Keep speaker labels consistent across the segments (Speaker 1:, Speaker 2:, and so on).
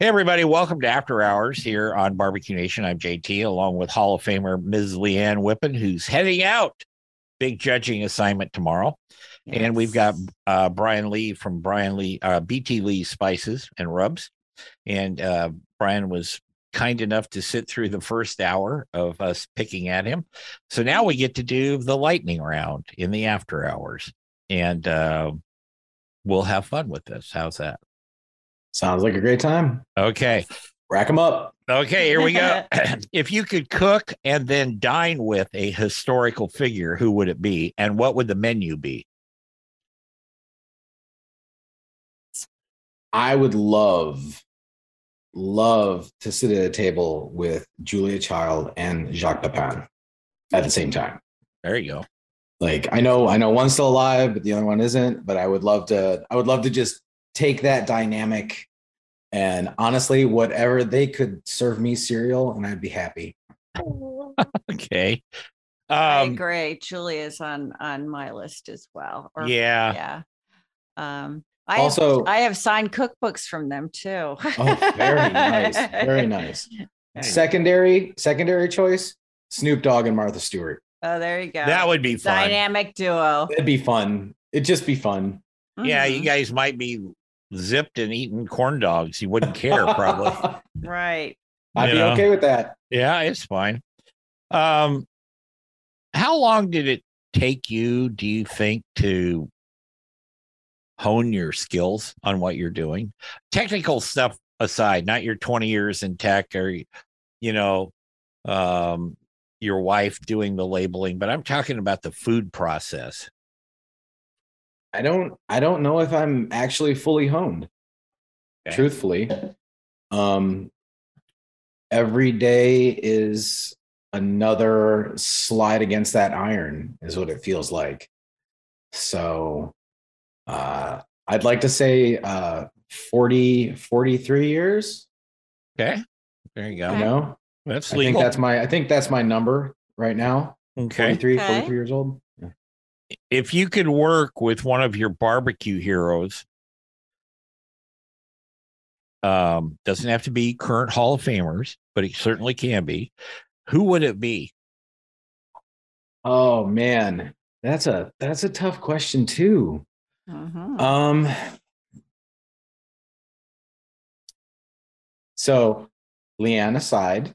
Speaker 1: Hey, everybody, welcome to After Hours here on Barbecue Nation. I'm JT, along with Hall of Famer Ms. Leanne Whippen, who's heading out. Big judging assignment tomorrow. And we've got uh, Brian Lee from Brian Lee, uh, BT Lee Spices and Rubs. And uh, Brian was kind enough to sit through the first hour of us picking at him. So now we get to do the lightning round in the after hours. And uh, we'll have fun with this. How's that?
Speaker 2: Sounds like a great time.
Speaker 1: Okay.
Speaker 2: Rack them up.
Speaker 1: Okay, here we go. if you could cook and then dine with a historical figure, who would it be? And what would the menu be?
Speaker 2: I would love, love to sit at a table with Julia Child and Jacques Pepin at the same time.
Speaker 1: There you go.
Speaker 2: Like I know, I know one's still alive, but the other one isn't. But I would love to. I would love to just take that dynamic, and honestly, whatever they could serve me cereal, and I'd be happy.
Speaker 1: Okay.
Speaker 3: I
Speaker 1: Um,
Speaker 3: agree. Julia's on on my list as well. or-
Speaker 1: yeah.
Speaker 3: yeah. Um, I
Speaker 2: Also-
Speaker 3: have, I have signed cookbooks from them too.
Speaker 2: Oh, very nice. Very nice. Secondary, secondary choice: Snoop Dogg and Martha Stewart.
Speaker 3: Oh, there you go.
Speaker 1: That would be fun.
Speaker 3: dynamic duo.
Speaker 2: It'd be fun. It'd just be fun.
Speaker 1: Yeah, you
Speaker 3: Mhm.
Speaker 1: guys might be zipped and eating corn dogs. You wouldn't care, probably.
Speaker 3: Mm-hmm, right.
Speaker 2: I'd
Speaker 1: You
Speaker 2: be
Speaker 1: know?
Speaker 2: okay with that.
Speaker 1: Yeah, it's fine. Um, how long did it take you, do you think, to hone your skills on what you're doing? Technical stuff aside, not your 20 years in tech or, you know, um, your wife doing the labeling, but I'm talking about the food process.
Speaker 2: I don't I don't know if I'm actually fully honed.
Speaker 1: Okay.
Speaker 2: Truthfully. Um every day is another slide against that iron is what it feels like. So uh I'd like to say uh 40 43 years,
Speaker 1: Okay. There you go.
Speaker 2: you know?
Speaker 1: That's
Speaker 2: I think
Speaker 1: legal.
Speaker 2: that's my I think that's my number right now.
Speaker 1: okay.
Speaker 2: 43
Speaker 3: Okay.
Speaker 2: 43 years old. Yeah.
Speaker 1: if you could work with one of your barbecue heroes, um, doesn't have to be current Hall of Famers, but it certainly can be. Who would it be?
Speaker 2: Oh man, that's a that's a tough question too.
Speaker 3: Mhm.
Speaker 2: Um. So, Leanne aside,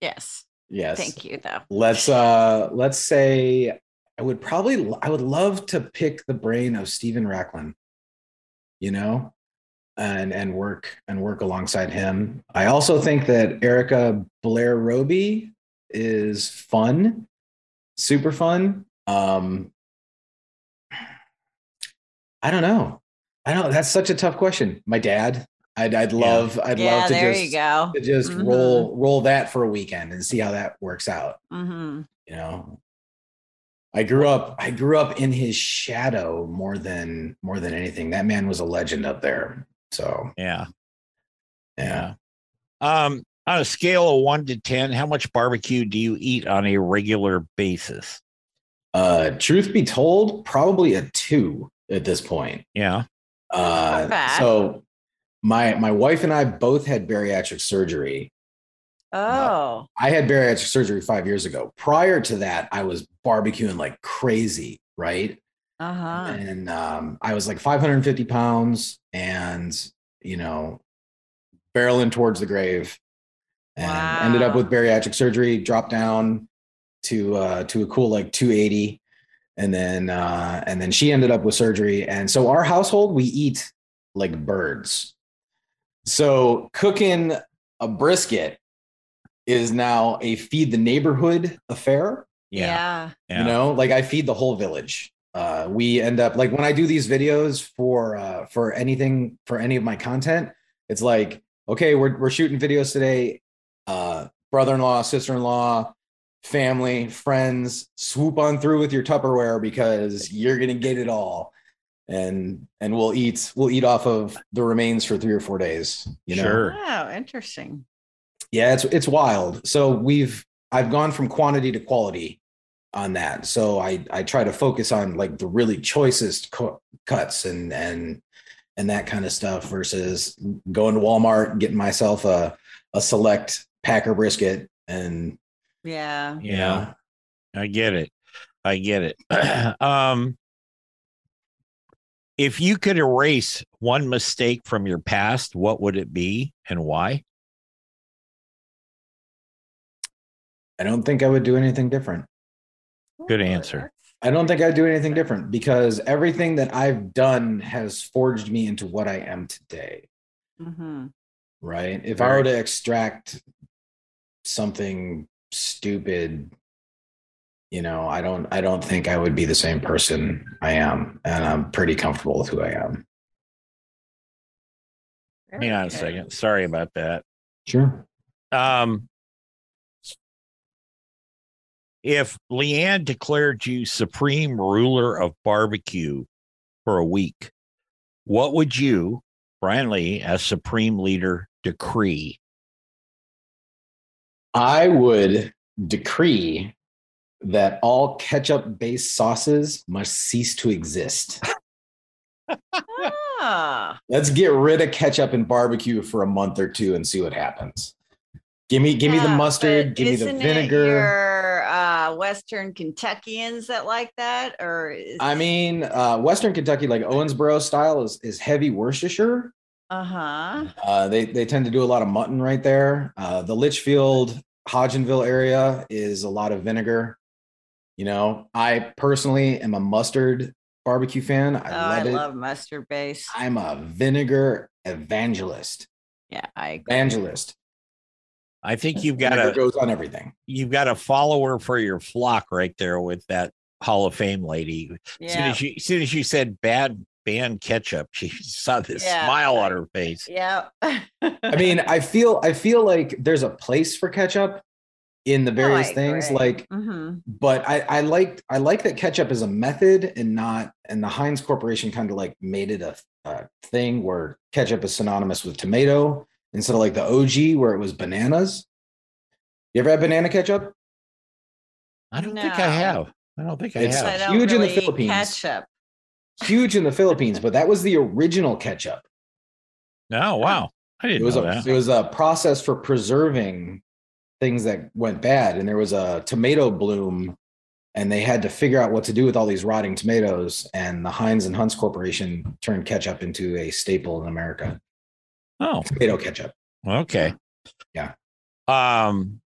Speaker 3: yes.
Speaker 2: yes.
Speaker 3: Thank you, though.
Speaker 2: Let's uh, let's say I would probably I would love to pick the brain of Stephen Racklin, you know, and and work and work alongside him. I also think that Erica Blair Roby is fun, super fun. Um, I don't know. I don't. That's such a tough question. My dad. I'd I'd
Speaker 1: Yeah.
Speaker 2: love I'd
Speaker 3: yeah,
Speaker 2: love to
Speaker 3: there
Speaker 2: just
Speaker 3: you go.
Speaker 2: to just
Speaker 3: Mhm.
Speaker 2: roll roll that for a weekend and see how that works out
Speaker 3: hmm
Speaker 2: you know i grew up i grew up in his shadow more than more than anything that man was a legend up there so
Speaker 1: Yeah.
Speaker 2: yeah
Speaker 1: Um, on a scale of one to 10, how much barbecue do you eat on a regular basis?
Speaker 2: uh truth be told probably a two at this point
Speaker 1: Yeah.
Speaker 3: Not
Speaker 2: uh
Speaker 3: bad.
Speaker 2: so my my wife and i both had bariatric surgery
Speaker 3: Oh,
Speaker 2: I had bariatric surgery five years ago. Prior to that, I was barbecuing like crazy, right?
Speaker 3: uh huh.
Speaker 2: and um, I was like 550 pounds, and you know, barreling towards the grave, and ended up
Speaker 3: Wow.
Speaker 2: with bariatric surgery. Dropped down to uh, to a cool like 280, and then uh, and then she ended up with surgery. And so our household, we eat like birds. So cooking a brisket is now a feed the neighborhood affair.
Speaker 1: Yeah.
Speaker 2: You know, like I feed the whole village. Uh, we end up like when I do these videos for uh, for anything for any of my content, it's like okay, we're we're shooting videos today. Uh, brother-in-law, sister-in-law, family, friends, swoop on through with your Tupperware because you're gonna get it all, and and we'll eat we'll eat off of the remains for three or four days. You know,
Speaker 1: Sure.
Speaker 3: Wow, interesting.
Speaker 2: yeah it's it's wild so we've i've gone from quantity to quality on that so i i try to focus on like the really choicest cu- cuts and and and that kind of stuff versus going to walmart getting myself a a select packer brisket and
Speaker 3: Yeah.
Speaker 1: Yeah. I get it. I get it. um, if you could erase one mistake from your past, what would it be and why?
Speaker 2: i don't think i would do anything different
Speaker 1: Good
Speaker 3: Ooh,
Speaker 1: answer.
Speaker 3: that's-
Speaker 2: i don't think i'd do anything different because everything that i've done has forged me into what i am today
Speaker 3: Mhm.
Speaker 2: right? If I were to extract something stupid, you know, I don't, I don't think I would be the same person I am, and I'm pretty comfortable with who I am.
Speaker 1: Hang
Speaker 3: Very
Speaker 1: on a
Speaker 3: good.
Speaker 1: second. Sorry about that.
Speaker 2: Sure.
Speaker 1: Um, if Leanne declared you supreme ruler of barbecue for a week, what would you, Brian Lee, as supreme leader, decree?
Speaker 2: I would decree that all ketchup-based sauces must cease to exist.
Speaker 3: Ah,
Speaker 2: Let's get rid of ketchup and barbecue for a month or two and see what happens. Give me, give me the
Speaker 3: yeah,
Speaker 2: mustard.
Speaker 3: but
Speaker 2: Give me the
Speaker 3: isn't it
Speaker 2: vinegar.
Speaker 3: Your, uh, Western Kentuckians that like that, or is,
Speaker 2: I mean, uh, Western Kentucky, like Owensboro style, is is heavy Worcestershire.
Speaker 3: uh huh.
Speaker 2: Uh, they they tend to do a lot of mutton right there. Uh, the Litchfield, Hodgenville area is a lot of vinegar. You know, I personally am a mustard barbecue fan. I
Speaker 3: Oh, I
Speaker 2: love it.
Speaker 3: love mustard base.
Speaker 2: I'm a vinegar evangelist.
Speaker 3: Yeah, I agree.
Speaker 2: Evangelist.
Speaker 1: I think you've got
Speaker 2: Vinegar
Speaker 1: a
Speaker 2: goes on everything.
Speaker 1: you've got a follower for your flock right there with that Hall of Fame lady. As soon
Speaker 3: Yeah.
Speaker 1: as you as soon as you said bad ban ketchup, she saw this
Speaker 3: Yeah.
Speaker 1: smile on her face.
Speaker 3: yeah.
Speaker 2: I mean, I feel I feel like there's a place for ketchup in the various things.
Speaker 3: Oh, agree.
Speaker 2: Like
Speaker 3: hmm
Speaker 2: but I, I like I like that ketchup is a method and not and the Heinz Corporation kind of like made it a, a thing where ketchup is synonymous with tomato instead of like the OG where it was bananas. You ever had banana ketchup?
Speaker 1: I don't think I
Speaker 3: No.
Speaker 1: have. I don't think I
Speaker 2: It's-
Speaker 1: have.
Speaker 3: I don't
Speaker 2: Huge in the
Speaker 3: really eat
Speaker 2: Philippines.
Speaker 3: Ketchup.
Speaker 2: Huge in the Philippines, but that was the original ketchup.
Speaker 1: No, wow. I
Speaker 2: It
Speaker 1: didn't
Speaker 2: was
Speaker 1: know
Speaker 2: a
Speaker 1: that.
Speaker 2: it was a process for preserving things that went bad, and there was a tomato bloom, and they had to figure out what to do with all these rotting tomatoes. And the Heinz and Hunt's Corporation turned ketchup into a staple in America.
Speaker 1: Oh,
Speaker 2: Tomato ketchup.
Speaker 1: okay.
Speaker 2: Yeah.
Speaker 1: Um,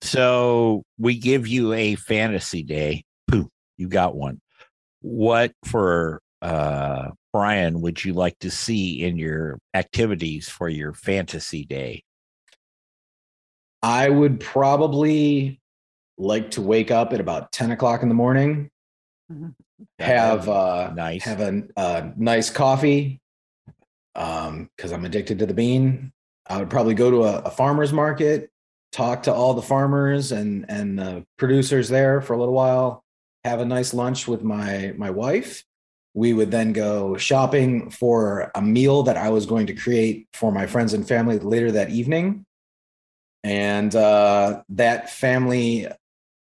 Speaker 1: so we give you a fantasy day. Pooh, you got one. What for uh Brian would you like to see in your activities for your fantasy day?
Speaker 2: I would probably like to wake up at about ten o'clock in the morning,
Speaker 1: That
Speaker 2: have
Speaker 1: would
Speaker 2: uh,
Speaker 1: be nice.
Speaker 2: have a, a nice coffee um because i'm addicted to the bean i would probably go to a, a farmers market talk to all the farmers and and the producers there for a little while have a nice lunch with my my wife we would then go shopping for a meal that i was going to create for my friends and family later that evening and uh that family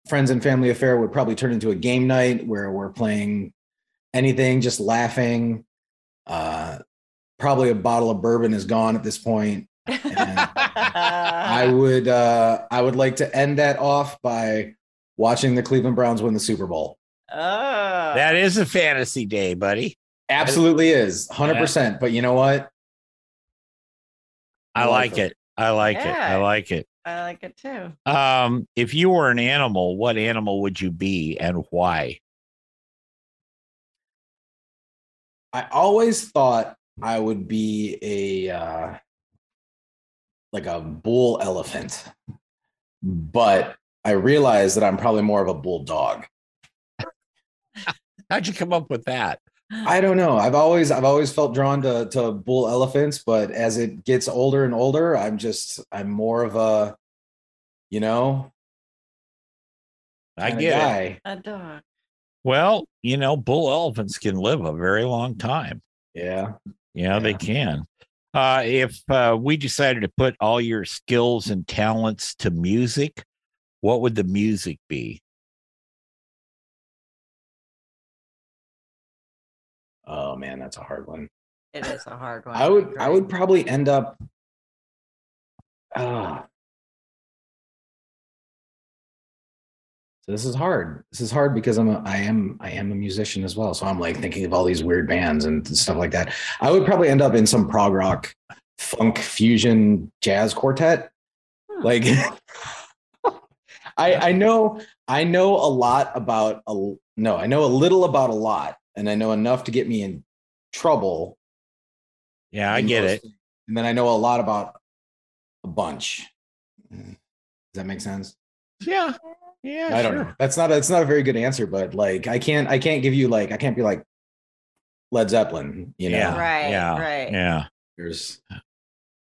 Speaker 2: friends and family affair would probably turn into a game night where we're playing anything, just laughing. Uh, probably a bottle of bourbon is gone at this point. I would uh, I would like to end that off by watching the Cleveland Browns win the Super Bowl. uh,
Speaker 3: oh.
Speaker 1: that is a fantasy day, buddy.
Speaker 2: Absolutely is 100%. But you know what?
Speaker 1: I
Speaker 2: I like
Speaker 1: like it. I like it. I
Speaker 3: Yeah.
Speaker 1: like it.
Speaker 3: I like it too.
Speaker 1: Um, if you were an animal, what animal would you be and why?
Speaker 2: I always thought I would be a uh, like a bull elephant, but I realized that I'm probably more of a bulldog.
Speaker 1: How'd you come up with that?
Speaker 2: I don't know. I've always I've always felt drawn to to bull elephants, but as it gets older and older, I'm just I'm more of a, you know,
Speaker 1: I
Speaker 2: kinda
Speaker 1: get it.
Speaker 2: guy.
Speaker 3: A dog.
Speaker 1: Well, you know, bull elephants can live a very long time.
Speaker 2: Yeah.
Speaker 1: You know, they
Speaker 2: Yeah.
Speaker 1: can. Uh, if uh, we decided to put all your skills and talents to music, what would the music be?
Speaker 2: Oh man, that's a hard one.
Speaker 3: It is a hard one.
Speaker 2: I would I
Speaker 3: agree.
Speaker 2: would probably end up ah. So this is hard. This is hard because I'm a I am I am a musician as well. So I'm like thinking of all these weird bands and stuff like that. I would probably end up in some prog rock funk fusion jazz quartet.
Speaker 3: Hmm.
Speaker 2: Like I I know I know a lot about a l- no, I know a little about a lot and I know enough to get me in trouble
Speaker 1: Yeah, I
Speaker 2: and
Speaker 1: get
Speaker 2: most
Speaker 1: it.
Speaker 2: things. And then I know a lot about a bunch. Mm-hmm. Does that make sense?
Speaker 1: Yeah. Yeah.
Speaker 2: I don't know. That's not a, it's not a very good answer, but like I can't I can't give you like I can't be like Led Zeppelin, you know.
Speaker 1: Yeah.
Speaker 3: Right.
Speaker 1: yeah,
Speaker 3: Right.
Speaker 1: Yeah.
Speaker 2: There's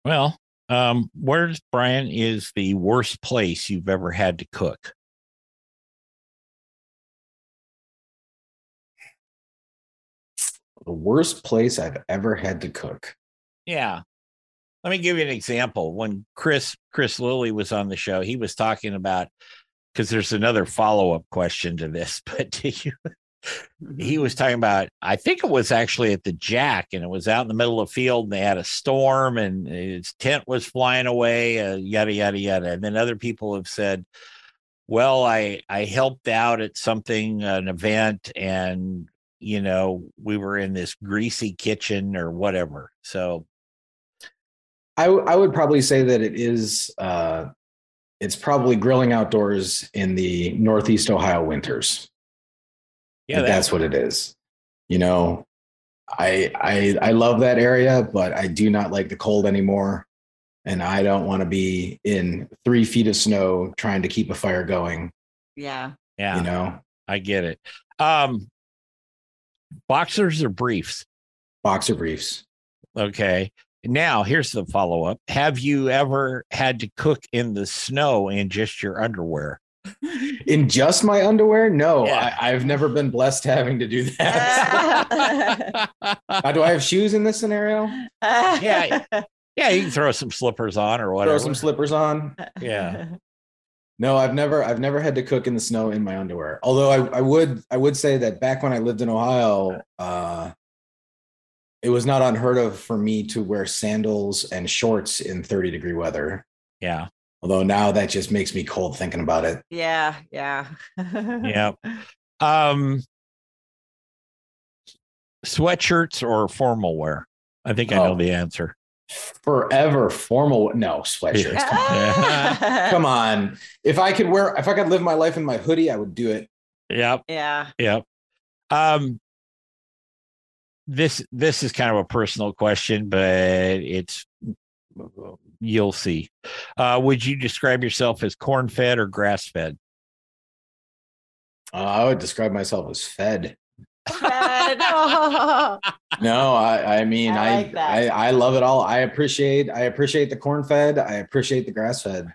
Speaker 1: Well, um, where's Brian is the worst place you've ever had to cook?
Speaker 2: the worst place I've ever had to cook.
Speaker 1: Yeah. Let me give you an example. When Chris Chris Lilly was on the show, he was talking about because there's another follow up question to this, but do you, he was talking about I think it was actually at the Jack, and it was out in the middle of the field, and they had a storm, and his tent was flying away, uh, yada yada yada. And then other people have said, "Well, I I helped out at something, an event, and." You know, we were in this greasy kitchen or whatever. So
Speaker 2: I w- I would probably say that it is uh it's probably grilling outdoors in the northeast Ohio winters.
Speaker 1: yeah,
Speaker 2: Like, that's what it is. You know, I I I love that area, but I do not like the cold anymore. And I don't want to be in three feet of snow trying to keep a fire going.
Speaker 3: Yeah.
Speaker 1: yeah.
Speaker 2: You know,
Speaker 1: I get it. Um boxers or briefs.
Speaker 2: boxer briefs.
Speaker 1: Okay. Now here's the follow up. Have you ever had to cook in the snow in just your underwear?
Speaker 2: In just my underwear? No,
Speaker 1: Yeah.
Speaker 2: I, I've never been blessed having to do that. now, do I have shoes in this scenario?
Speaker 1: Yeah. Yeah, you can throw some slippers on or
Speaker 2: Throw
Speaker 1: whatever.
Speaker 2: some slippers on.
Speaker 1: Yeah.
Speaker 2: No, I've never I've never had to cook in the snow in my underwear. Although I, I would I would say that back when I lived in Ohio, uh it was not unheard of for me to wear sandals and shorts in 30 degree weather.
Speaker 1: yeah.
Speaker 2: Although now that just makes me cold thinking about it.
Speaker 3: Yeah. Yeah. Yeah.
Speaker 1: Yep. Um sweatshirts or formal wear? I think I know
Speaker 2: Oh.
Speaker 1: the answer.
Speaker 2: Forever formal no sweatshirts. Come on. Come on. If I could wear if I could live my life in my hoodie, I would do it.
Speaker 1: Yep.
Speaker 3: Yeah.
Speaker 1: Yep. Um this this is kind of a personal question, but it's you'll see. Uh would you describe yourself as corn fed or grass fed?
Speaker 2: Uh, I would describe myself as fed.
Speaker 3: Fred. Oh.
Speaker 2: No, I, I mean,
Speaker 3: I
Speaker 2: I,
Speaker 3: like that.
Speaker 2: I, I love it all. I appreciate, I appreciate the corn fed. I appreciate the grass fed.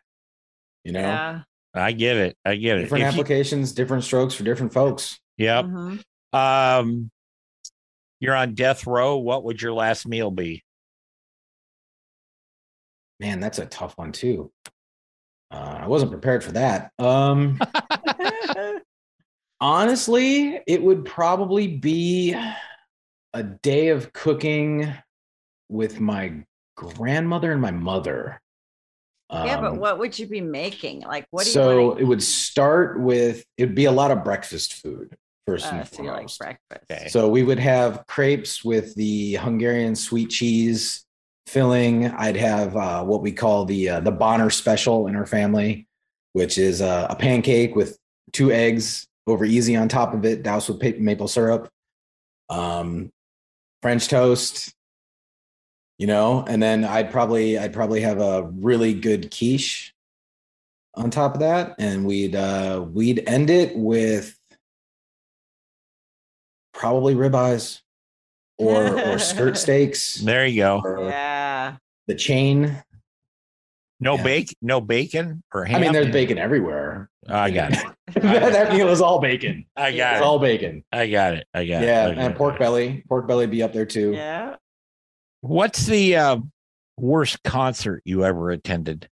Speaker 2: You know,
Speaker 3: Yeah.
Speaker 1: I get it. I get it.
Speaker 2: different
Speaker 1: If you-
Speaker 2: applications, different strokes for different folks.
Speaker 1: yep.
Speaker 3: Mhm.
Speaker 1: Um you're on death row. What would your last meal be?
Speaker 2: Man, that's a tough one too. Uh, I wasn't prepared for that. Um,
Speaker 3: Mm-hmm.
Speaker 2: honestly, it would probably be a day of cooking with my grandmother and my mother.
Speaker 3: Yeah, but
Speaker 2: Um,
Speaker 3: what would you be making? Like, what do
Speaker 2: so
Speaker 3: you wanna
Speaker 2: it would start with it'd be a lot of breakfast food first
Speaker 3: Uh,
Speaker 2: and
Speaker 3: so you like
Speaker 2: foremost.
Speaker 3: breakfast.
Speaker 1: Okay.
Speaker 2: so we would have crepes with the Hungarian sweet cheese filling. I'd have uh, what we call the uh, the Bonner special in our family, which is uh, a pancake with two eggs over easy on top of it, doused with pa- maple syrup. Um, French toast, you know, and then I'd probably I'd probably have a really good quiche on top of that, and we'd uh, we'd end it with probably ribeyes or or skirt steaks
Speaker 1: There you go.
Speaker 2: or
Speaker 3: Yeah.
Speaker 2: the chain.
Speaker 1: No
Speaker 2: Yeah.
Speaker 1: bake, no bacon or ham.
Speaker 2: I mean, there's bacon everywhere.
Speaker 1: I got it.
Speaker 2: that meal is all bacon.
Speaker 1: I
Speaker 2: It's
Speaker 1: got it.
Speaker 2: all bacon.
Speaker 1: I got it. I got it.
Speaker 2: Yeah,
Speaker 1: I got
Speaker 2: and
Speaker 1: it.
Speaker 2: pork belly. Pork belly be up there too.
Speaker 3: Yeah.
Speaker 1: What's the uh, worst concert you ever attended?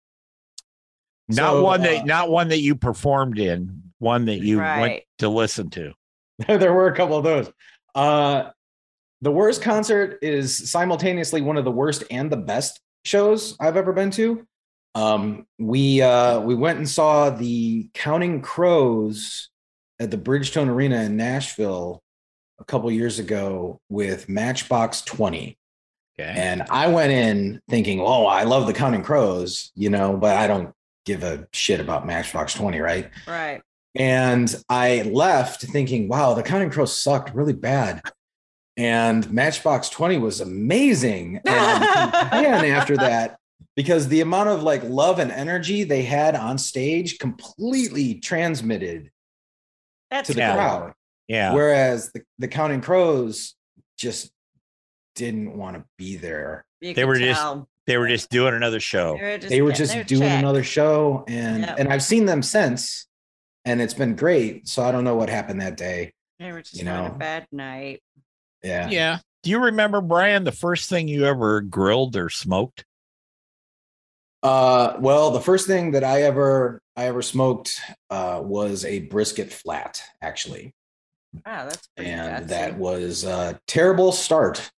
Speaker 1: Not
Speaker 2: So,
Speaker 1: one that
Speaker 2: uh,
Speaker 1: not one that you performed in, one that you went
Speaker 3: Right.
Speaker 1: to listen to.
Speaker 2: there were a couple of those. Uh, the worst concert is simultaneously one of the worst and the best shows I've ever been to. Um, we uh, we went and saw the Counting Crows at the Bridgestone Arena in Nashville a couple years ago with Matchbox Twenty.
Speaker 1: Okay.
Speaker 2: And I went in thinking, oh, I love the Counting Crows, you know, but I don't give a shit about Matchbox 20, right?
Speaker 3: Right.
Speaker 2: And I left thinking, wow, the Counting Crows sucked really bad. And Matchbox 20 was amazing. And I became a fan after that, because the amount of like love and energy they had on stage completely transmitted
Speaker 3: That's
Speaker 2: to the
Speaker 1: Yeah.
Speaker 3: cool.
Speaker 2: crowd.
Speaker 1: Yeah.
Speaker 2: Whereas the, the Counting Crows just didn't want to be there.
Speaker 3: You
Speaker 1: They
Speaker 3: could
Speaker 1: were just-
Speaker 3: tell.
Speaker 1: They were just doing another show.
Speaker 3: They were just,
Speaker 2: Oh, they were
Speaker 3: getting
Speaker 2: just
Speaker 3: their
Speaker 2: doing
Speaker 3: check.
Speaker 2: another show and
Speaker 3: Yeah.
Speaker 2: and i've seen them since and it's been great so i don't know what happened that day
Speaker 3: They were just
Speaker 2: you
Speaker 3: having
Speaker 2: know.
Speaker 3: a bad night.
Speaker 2: yeah
Speaker 1: Yeah. Do you remember, Brian, the first thing you ever grilled or smoked?
Speaker 2: uh well the first thing that i ever i ever smoked uh was a brisket flat actually
Speaker 3: Wow, that's pretty
Speaker 2: and
Speaker 3: gutsy.
Speaker 2: that was a terrible start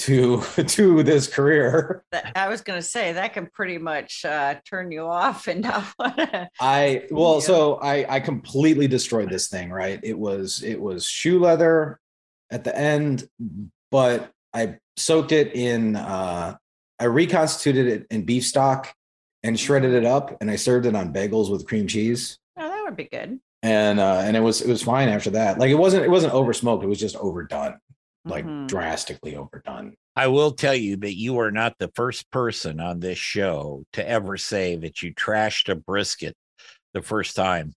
Speaker 2: to to this career
Speaker 3: That- I was going to say that can pretty much uh, turn you off and not want to.
Speaker 2: I well,
Speaker 3: Yeah.
Speaker 2: so I I completely destroyed this thing, right? It was it was shoe leather at the end, but I soaked it in uh I reconstituted it in beef stock and shredded it up and I served it on bagels with cream cheese.
Speaker 3: Oh, that would be good.
Speaker 2: And uh and it was it was fine after that. Like it wasn't it wasn't over smoked, it was just overdone, like
Speaker 3: Mhm.
Speaker 2: drastically overdone.
Speaker 1: I will tell you that you are not the first person on this show to ever say that you trashed a brisket the first time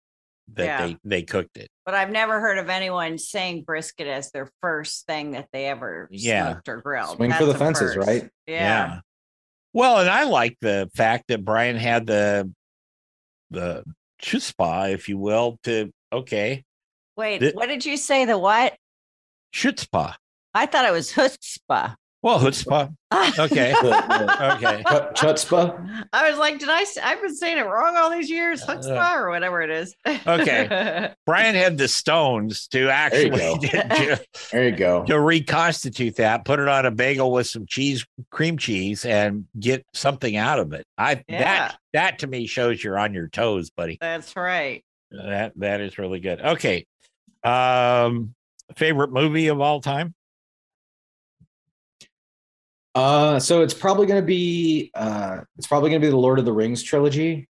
Speaker 1: that
Speaker 3: Yeah.
Speaker 1: they, they cooked it.
Speaker 3: But I've never heard of anyone saying brisket as their first thing that they ever
Speaker 1: Yeah.
Speaker 3: smoked or grilled.
Speaker 2: Swing for the
Speaker 3: a
Speaker 2: fences,
Speaker 3: first.
Speaker 2: right?
Speaker 3: Yeah.
Speaker 1: Well, and I like the fact that Brian had the the chutzpah, if you will, to okay,
Speaker 3: Wait,
Speaker 1: Th-
Speaker 3: what did you say? The what?
Speaker 1: chutzpah.
Speaker 3: I thought it was chutzpah.
Speaker 1: Well, chutzpah. Okay. Okay.
Speaker 2: Chut- Chutzpah.
Speaker 3: I was like, did I? s- I've been saying it wrong all these years,
Speaker 1: Uh,
Speaker 3: chutzpah or whatever it is.
Speaker 1: Okay. Brian had the stones to
Speaker 2: you
Speaker 1: actually
Speaker 2: go.
Speaker 1: to,
Speaker 2: There you go.
Speaker 1: to reconstitute that, put it on a bagel with some cheese, cream cheese, and get something out of it. I
Speaker 3: Yeah.
Speaker 1: that that to me shows you're on your toes, buddy.
Speaker 3: That's right.
Speaker 1: That that is really good. Okay. Um favorite movie of all time?
Speaker 2: Uh, so it's probably going to be uh, it's probably going to be the Lord of the Rings trilogy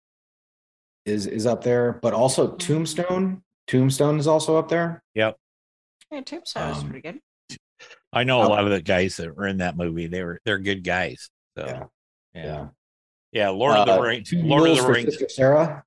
Speaker 2: is is up there, but also
Speaker 3: Mhm.
Speaker 2: Tombstone. Tombstone is also up there.
Speaker 3: Yeah, tombstone is
Speaker 2: Um,
Speaker 3: pretty good.
Speaker 1: I know a
Speaker 2: Oh.
Speaker 1: lot of the guys that were in that movie. They were they're good guys. So yeah,
Speaker 2: Yeah.
Speaker 1: yeah, Lord of
Speaker 2: Uh,
Speaker 1: the Rings,
Speaker 2: Two
Speaker 1: Lord of
Speaker 2: Mules
Speaker 1: the
Speaker 2: for
Speaker 1: Rings.
Speaker 2: Sister Sarah.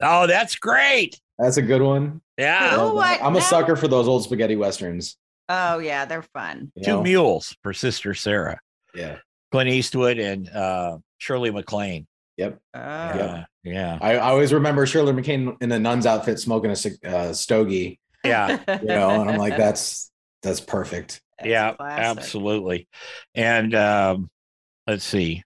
Speaker 1: Oh, that's great.
Speaker 2: That's a good one. I
Speaker 1: Yeah,
Speaker 3: Oh,
Speaker 2: love that.
Speaker 3: I-
Speaker 2: I'm a
Speaker 3: now-
Speaker 2: sucker for those old spaghetti westerns.
Speaker 3: Oh yeah, they're fun.
Speaker 2: you
Speaker 1: two
Speaker 2: know?
Speaker 1: mules for Sister Sarah,
Speaker 2: Yeah.
Speaker 1: Clint Eastwood, and uh, Shirley MacLaine.
Speaker 2: Yep.
Speaker 3: Oh,
Speaker 1: Yeah, yeah,
Speaker 2: I, I always remember Shirley McCain in a nun's outfit smoking a cig- uh, stogie.
Speaker 1: yeah,
Speaker 2: You know, and I'm like, that's that's perfect.
Speaker 3: That's
Speaker 1: yeah,
Speaker 3: classic.
Speaker 1: absolutely. And um, let's see,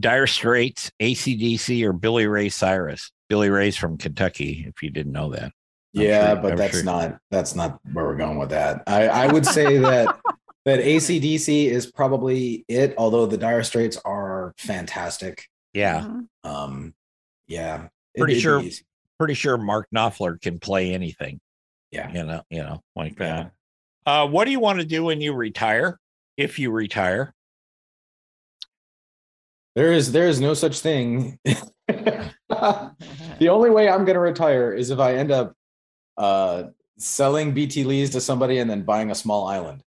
Speaker 1: Dire Straits, ACDC, or Billy Ray Cyrus. Billy Ray's from Kentucky. If you didn't know that, I'm
Speaker 2: yeah,
Speaker 1: sure-
Speaker 2: but
Speaker 1: I'm
Speaker 2: that's
Speaker 1: sure-
Speaker 2: not that's not where we're going with that. I, I would say that that ACDC is probably it, although the Dire Straits are fantastic.
Speaker 1: yeah.
Speaker 3: Mhm.
Speaker 2: Um, yeah, it-
Speaker 1: Pretty
Speaker 2: it'd be
Speaker 1: sure-
Speaker 2: easy.
Speaker 1: pretty sure Mark Knopfler can play anything.
Speaker 2: Yeah.
Speaker 1: You know, you know, like
Speaker 2: Yeah.
Speaker 1: that. Uh, what do you want to do when you retire? If you retire,
Speaker 2: There is there is no such thing. the
Speaker 3: Mm-hmm.
Speaker 2: only way I'm going to retire is if I end up uh, selling BT Lees to somebody and then buying a small island.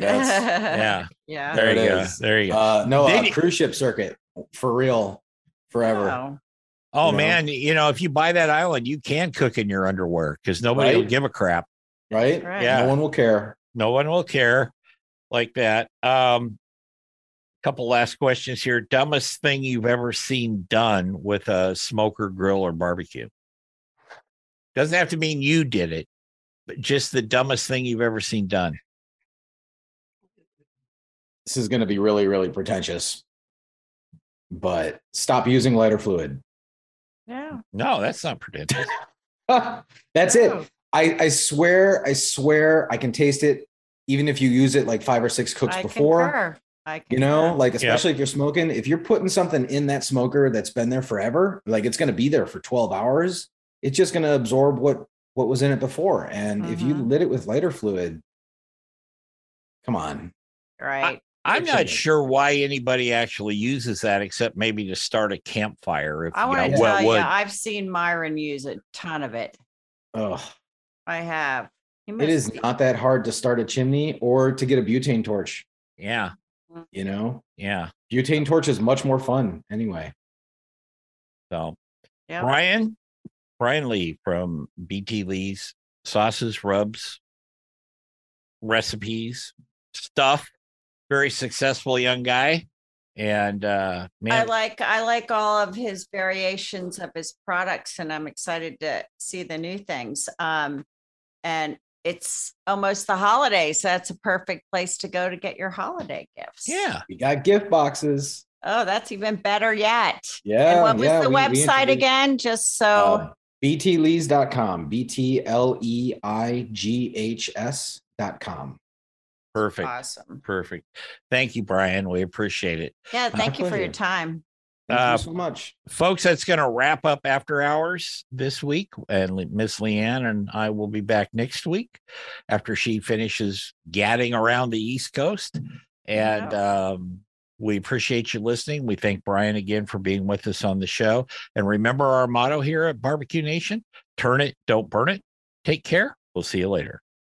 Speaker 2: that's
Speaker 3: Oh
Speaker 1: Yeah.
Speaker 3: yeah.
Speaker 1: There
Speaker 2: There
Speaker 1: you
Speaker 2: it
Speaker 1: go.
Speaker 2: is.
Speaker 1: There you go.
Speaker 2: uh, no
Speaker 1: Then
Speaker 2: uh,
Speaker 1: you-
Speaker 2: cruise ship circuit for real, forever.
Speaker 3: Wow.
Speaker 1: oh
Speaker 2: you know?
Speaker 1: man, you know, if you buy that island, you can cook in your underwear because nobody will
Speaker 2: Right?
Speaker 1: give a crap.
Speaker 2: Right?
Speaker 3: Right.
Speaker 1: Yeah.
Speaker 2: No one will care.
Speaker 1: No one will care like that. Um couple last questions here. Dumbest thing you've ever seen done with a smoker, grill, or barbecue. Doesn't have to mean you did it, but just the dumbest thing you've ever seen done.
Speaker 2: This is going to be really, really pretentious. But stop using lighter fluid.
Speaker 3: Yeah.
Speaker 1: No, that's not pretentious.
Speaker 2: That's it.
Speaker 3: Wow.
Speaker 2: I, I swear, I swear I can taste it, even if you use it like five or six cooks
Speaker 3: I
Speaker 2: before.
Speaker 3: concur. I
Speaker 2: You know,
Speaker 3: concur.
Speaker 2: like especially if you're smoking, if you're putting something in that smoker that's been there forever, like it's going to be there for 12 hours, it's just going to absorb what what was in it before. And if you
Speaker 3: Mhm.
Speaker 2: lit it with lighter fluid, come on.
Speaker 3: right.
Speaker 1: I'm
Speaker 2: Actually.
Speaker 1: not sure why anybody actually uses that except maybe to start a campfire. If
Speaker 3: I
Speaker 1: you
Speaker 3: want to
Speaker 1: know,
Speaker 2: Yeah.
Speaker 1: what
Speaker 3: tell you,
Speaker 1: wood.
Speaker 3: I've seen Myron use a ton of it.
Speaker 2: Ugh,
Speaker 3: I have. He
Speaker 2: it
Speaker 3: must
Speaker 2: is
Speaker 3: be-
Speaker 2: not that hard to start a chimney or to get a butane torch.
Speaker 1: Yeah.
Speaker 2: You know,
Speaker 1: Yeah.
Speaker 2: butane torch is much more fun anyway.
Speaker 1: So
Speaker 3: Yeah.
Speaker 1: Brian, Brian Lee from BT Lee's sauces, rubs, recipes, stuff. Very successful young guy. And uh
Speaker 3: I
Speaker 1: man,
Speaker 3: like I like all of his variations of his products, and I'm excited to see the new things. Um, and it's almost the holidays. so that's a perfect place to go to get your holiday gifts.
Speaker 1: yeah.
Speaker 2: We got gift boxes.
Speaker 3: Oh, that's even better yet.
Speaker 2: Yeah.
Speaker 3: and what was
Speaker 2: Oh, yeah,
Speaker 3: the
Speaker 2: we- we
Speaker 3: website
Speaker 2: introduced-
Speaker 3: again? Just so
Speaker 1: Oh,
Speaker 2: Uh, btlees.com, B T L E I G H S.com.
Speaker 1: Perfect.
Speaker 3: awesome.
Speaker 1: Perfect. Thank you, Brian. We appreciate it.
Speaker 3: Yeah, thank you for your
Speaker 2: pleasure.
Speaker 3: time.
Speaker 2: Thank
Speaker 1: Uh,
Speaker 2: you so much.
Speaker 1: folks, that's going to wrap up after hours this week. And Le- Miss Leanne and I will be back next week after she finishes gadding around the East Coast. And um, we appreciate you listening. We thank Brian again for being with us on the show. And remember our motto here at Barbecue Nation turn it, don't burn it. Take care. We'll see you later.